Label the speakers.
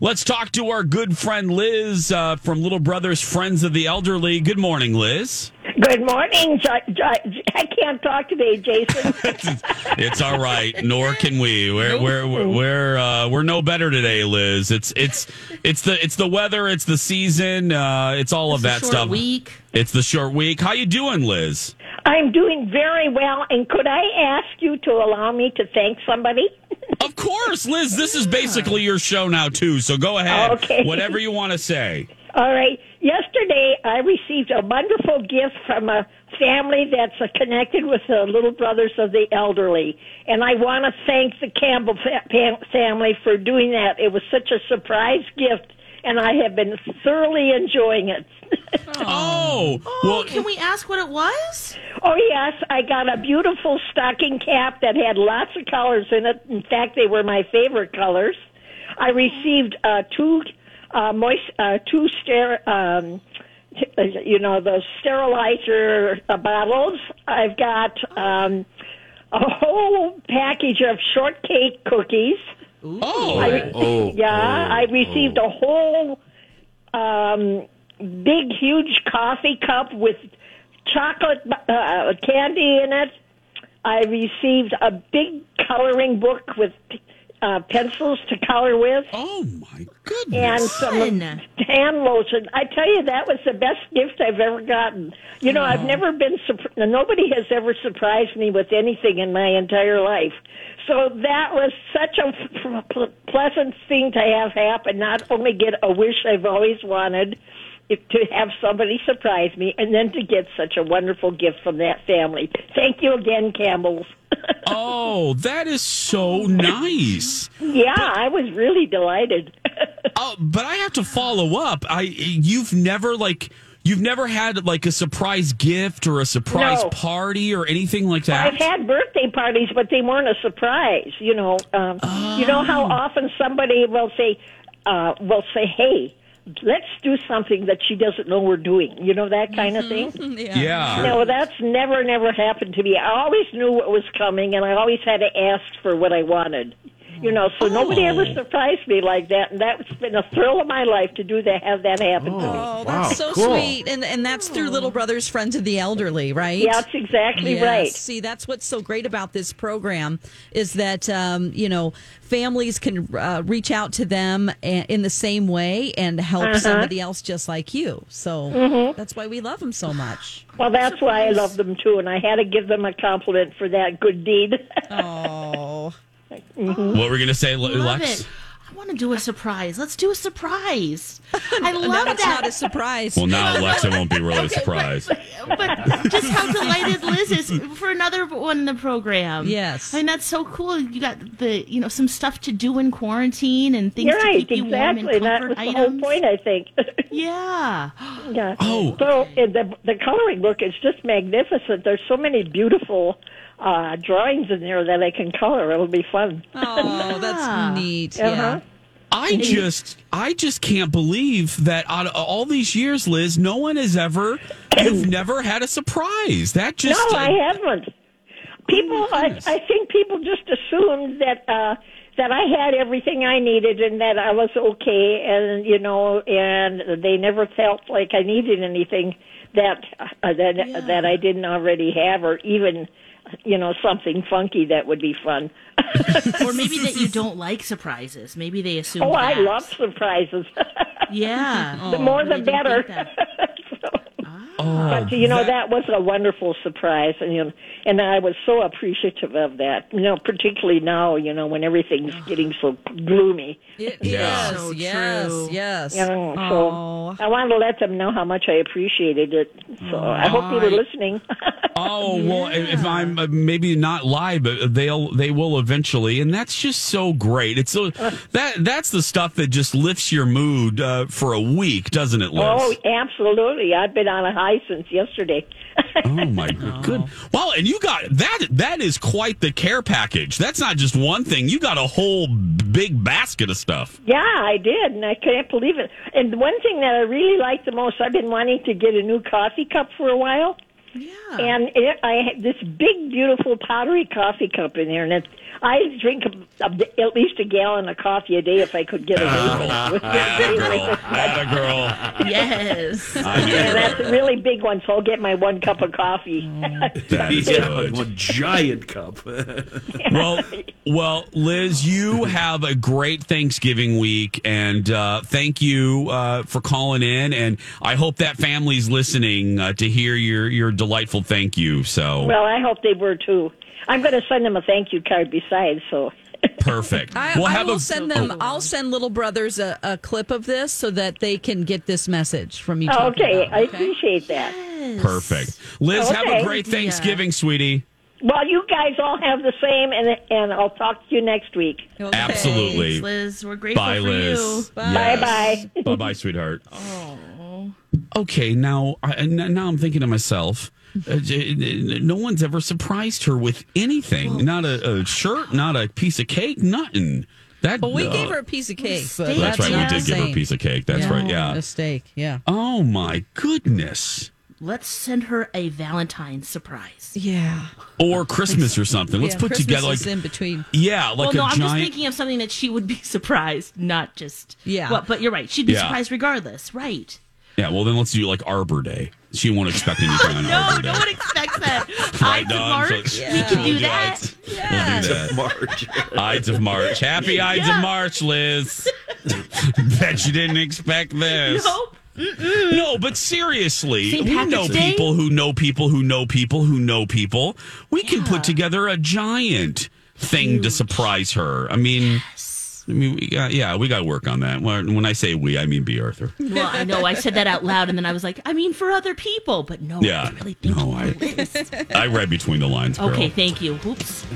Speaker 1: Let's talk to our good friend Liz uh, from Little Brothers Friends of the Elderly. Good morning, Liz.
Speaker 2: Good morning. Jo- Jo- I can't talk today, Jason.
Speaker 1: It's all right, nor can we. We're we're we're uh, we're no better today, Liz. It's it's it's the it's the weather, it's the season, uh, it's all of
Speaker 3: It's a
Speaker 1: that
Speaker 3: short
Speaker 1: stuff.
Speaker 3: Week.
Speaker 1: It's the short week. How you doing, Liz?
Speaker 2: I'm doing very well, and could I ask you to allow me to thank somebody?
Speaker 1: Of course, Liz. This is basically your show now too. So go
Speaker 3: Oh,
Speaker 1: ahead.
Speaker 2: Okay.
Speaker 1: Whatever you want to say.
Speaker 2: All right. Yesterday, I received a wonderful gift from a family that's uh, connected with the Little Brothers of the Elderly, and I want to thank the Campbell fa- fam- family for doing that. It was such a surprise gift, and I have been thoroughly enjoying it.
Speaker 1: Oh,
Speaker 3: Oh, can we ask what it was?
Speaker 2: Oh yes, I got a beautiful stocking cap that had lots of colors in it. In fact, they were my favorite colors. I received uh, two uh, moist uh, two ster- um, you know those sterilizer uh, bottles. I've got um, a whole package of shortcake cookies.
Speaker 1: oh,
Speaker 2: Yeah, I received a whole um, big, huge coffee cup with chocolate uh, candy in it. I received a big coloring book with uh, pencils to color with
Speaker 1: oh my
Speaker 2: and
Speaker 1: goodness.
Speaker 2: some
Speaker 3: Fun.
Speaker 2: hand lotion. I tell you, that was the best gift I've ever gotten. You know, I've never been surprised. Nobody has ever surprised me with anything in my entire life. So that was such a pl- pleasant thing to have happen. Not only get a wish I've always wanted, it- to have somebody surprise me, and then to get such a wonderful gift from that family. Thank you again, Campbell's.
Speaker 1: Oh, that is so nice.
Speaker 2: yeah, I was really delighted.
Speaker 1: Oh, but I have to follow up. I you've never like you've never had like a surprise gift or a surprise
Speaker 2: No.
Speaker 1: party or anything like that.
Speaker 2: I've had birthday parties, but they weren't a surprise. You know, um, you know how
Speaker 4: Oh.
Speaker 2: often somebody will say, uh, will say, "Hey, let's do something that she doesn't know we're doing." You know that kind of
Speaker 4: Mm-hmm.
Speaker 2: thing.
Speaker 1: yeah.
Speaker 2: No, that's never, never happened to me. I always knew what was coming, and I always had to ask for what I wanted. You know, so nobody ever
Speaker 4: Oh.
Speaker 2: surprised me like that, and that's been a thrill of my life to do that, have that happen to me.
Speaker 4: Oh, that's so sweet. And and that's through Little Brothers Friends of the Elderly, right?
Speaker 2: Yeah, that's exactly
Speaker 4: Yes.
Speaker 2: right.
Speaker 4: See, that's what's so great about this program is that um, you know families can uh, reach out to them a- in the same way and help somebody else just like you. So that's why we love them so much.
Speaker 2: Well, that's why I love them too, and I had to give them a compliment for that good deed.
Speaker 4: Oh,
Speaker 1: What were you gonna say, Le-
Speaker 3: Love
Speaker 1: Lex?
Speaker 3: it. I want to do a surprise. Let's do a surprise. I love
Speaker 4: that's
Speaker 3: that.
Speaker 4: not a surprise.
Speaker 1: Well, now Alexa won't be really surprised.
Speaker 3: but just how delighted Liz is for another one in the program.
Speaker 4: Yes.
Speaker 3: I mean that's so cool. You got the you know some stuff to do in quarantine and things
Speaker 2: You're
Speaker 3: to
Speaker 2: right,
Speaker 3: keep you warm and
Speaker 2: exactly. That
Speaker 3: comfort
Speaker 2: was the whole
Speaker 3: items.
Speaker 2: point, I think.
Speaker 3: Yeah.
Speaker 2: yeah.
Speaker 1: Oh.
Speaker 2: So and the the coloring book is just magnificent. There's so many beautiful uh, drawings in there that I can color. It'll be fun.
Speaker 4: Oh, that's neat. Yeah.
Speaker 1: I just I just can't believe that out of all these years, Liz, no one has ever you've never had a surprise. That
Speaker 2: No,
Speaker 1: just
Speaker 2: Oh, I haven't. People, I, I think people just assumed that uh, that I had everything I needed and that I was okay, and you know, and they never felt like I needed anything that uh, that that I didn't already have or even you know, something funky that would be fun.
Speaker 3: or maybe that you don't like surprises. Maybe they assume.
Speaker 2: Oh, I
Speaker 3: perhaps.
Speaker 2: love surprises.
Speaker 3: Yeah.
Speaker 2: the more the
Speaker 3: They don't
Speaker 2: better.
Speaker 3: think that.
Speaker 1: Oh,
Speaker 2: But you know that was a wonderful surprise, and you know, and I was so appreciative of that. You know, particularly now, you know, when everything's getting so gloomy.
Speaker 4: It
Speaker 1: Yeah.
Speaker 4: is.
Speaker 3: So
Speaker 4: yes,
Speaker 3: true.
Speaker 4: yes.
Speaker 2: You know,
Speaker 4: Oh.
Speaker 2: so I wanted to let them know how much I appreciated it. So I hope you were listening.
Speaker 1: Oh well, i- if I'm uh, maybe not live, but they'll they will eventually, and that's just so great. It's so that that's the stuff that just lifts your mood uh, for a week, doesn't it, Liz?
Speaker 2: oh, absolutely! I've been on a high since yesterday.
Speaker 1: Oh, my good. Well, and you got that. That is quite the care package. That's not just one thing. You got a whole big basket of stuff.
Speaker 2: Yeah, I did, and I can't believe it. And one thing that I really like the most, I've been wanting to get a new coffee cup for a while. Yeah. And it, I had this big, beautiful pottery coffee cup in there, and it, I drink a, a, at least a gallon of coffee a day if I could get away with it.
Speaker 1: Atta girl. Atta Oh, girl.
Speaker 3: Yes.
Speaker 1: I knew
Speaker 2: And
Speaker 1: you
Speaker 2: that's
Speaker 1: were.
Speaker 2: a really big one, so I'll get my one cup of coffee. Oh.
Speaker 1: That is
Speaker 5: Yeah,
Speaker 1: good.
Speaker 5: one giant cup.
Speaker 1: well, well, Liz, you have a great Thanksgiving week, and uh, thank you uh, for calling in. And I hope that family's listening uh, to hear your your delightful thank you. So
Speaker 2: well, I hope they were too. I'm going to send them a thank you card besides, so.
Speaker 1: perfect.
Speaker 4: I,
Speaker 1: we'll
Speaker 4: I
Speaker 1: have
Speaker 4: will
Speaker 1: a oh.
Speaker 4: send them. I'll send little brothers a, a clip of this so that they can get this message from you. talking
Speaker 2: Oh, Okay,
Speaker 4: about
Speaker 2: I
Speaker 4: it,
Speaker 2: appreciate that.
Speaker 1: perfect. Liz, have
Speaker 2: Oh, Okay.
Speaker 1: a great Thanksgiving, sweetie.
Speaker 2: Well, you guys all have the same, and and I'll talk to you next week.
Speaker 4: Okay.
Speaker 1: Absolutely.
Speaker 3: Thanks, Liz. We're grateful
Speaker 1: Bye,
Speaker 3: for you.
Speaker 1: Liz.
Speaker 2: Bye-bye.
Speaker 1: Bye bye, sweetheart. Okay, now I, and now I'm thinking to myself, uh, j- n- no one's ever surprised her with anything. not a, a shirt, not a piece of cake, nothing. That
Speaker 4: But we
Speaker 1: uh,
Speaker 4: gave her a piece of cake. so
Speaker 3: That's
Speaker 1: That's, right. We
Speaker 4: not
Speaker 1: did
Speaker 4: the
Speaker 1: give her a
Speaker 4: same.
Speaker 1: piece of cake. That's right. Yeah.
Speaker 4: Mistake. Yeah.
Speaker 1: Oh my goodness.
Speaker 3: Let's send her a Valentine's surprise.
Speaker 4: Yeah.
Speaker 1: Or Christmas or something. Let's
Speaker 4: Yeah,
Speaker 1: put
Speaker 4: Christmas
Speaker 1: together like
Speaker 4: is in between.
Speaker 1: yeah, like
Speaker 3: well, no,
Speaker 1: a
Speaker 3: I'm just
Speaker 1: giant.
Speaker 3: thinking of something that she would be surprised, not just.
Speaker 4: Yeah.
Speaker 3: Well, but you're right. She'd be
Speaker 1: Yeah.
Speaker 3: surprised regardless, right?
Speaker 1: yeah. Well, then let's do like Arbor Day. She won't expect anything on
Speaker 3: No,
Speaker 1: Arbor Day.
Speaker 3: no one expects that.
Speaker 1: Right,
Speaker 3: I could
Speaker 1: Dawn?
Speaker 3: mark.
Speaker 1: So-
Speaker 3: We
Speaker 1: Yeah.
Speaker 3: can do
Speaker 1: Yeah,
Speaker 3: that.
Speaker 1: it's- We'll do that.
Speaker 5: Marge.
Speaker 1: Ides of March. Happy Ides of
Speaker 3: Yeah.
Speaker 1: March, Liz. Bet you didn't expect this.
Speaker 3: Nope.
Speaker 1: No, but seriously,
Speaker 3: St.
Speaker 1: we
Speaker 3: Patrick's
Speaker 1: know
Speaker 3: Day?
Speaker 1: people who know people who know people who know people. We can put together a giant thing to surprise her. I mean, I mean, we got, yeah, we got to work on that. When when I say we, I mean B. Arthur.
Speaker 3: Well, I know I said that out loud, and then I was like, I mean, for other people, but no,
Speaker 1: Yeah,
Speaker 3: I really think.
Speaker 1: no, I, I read between the lines. Girl.
Speaker 3: Okay, thank you. Oops.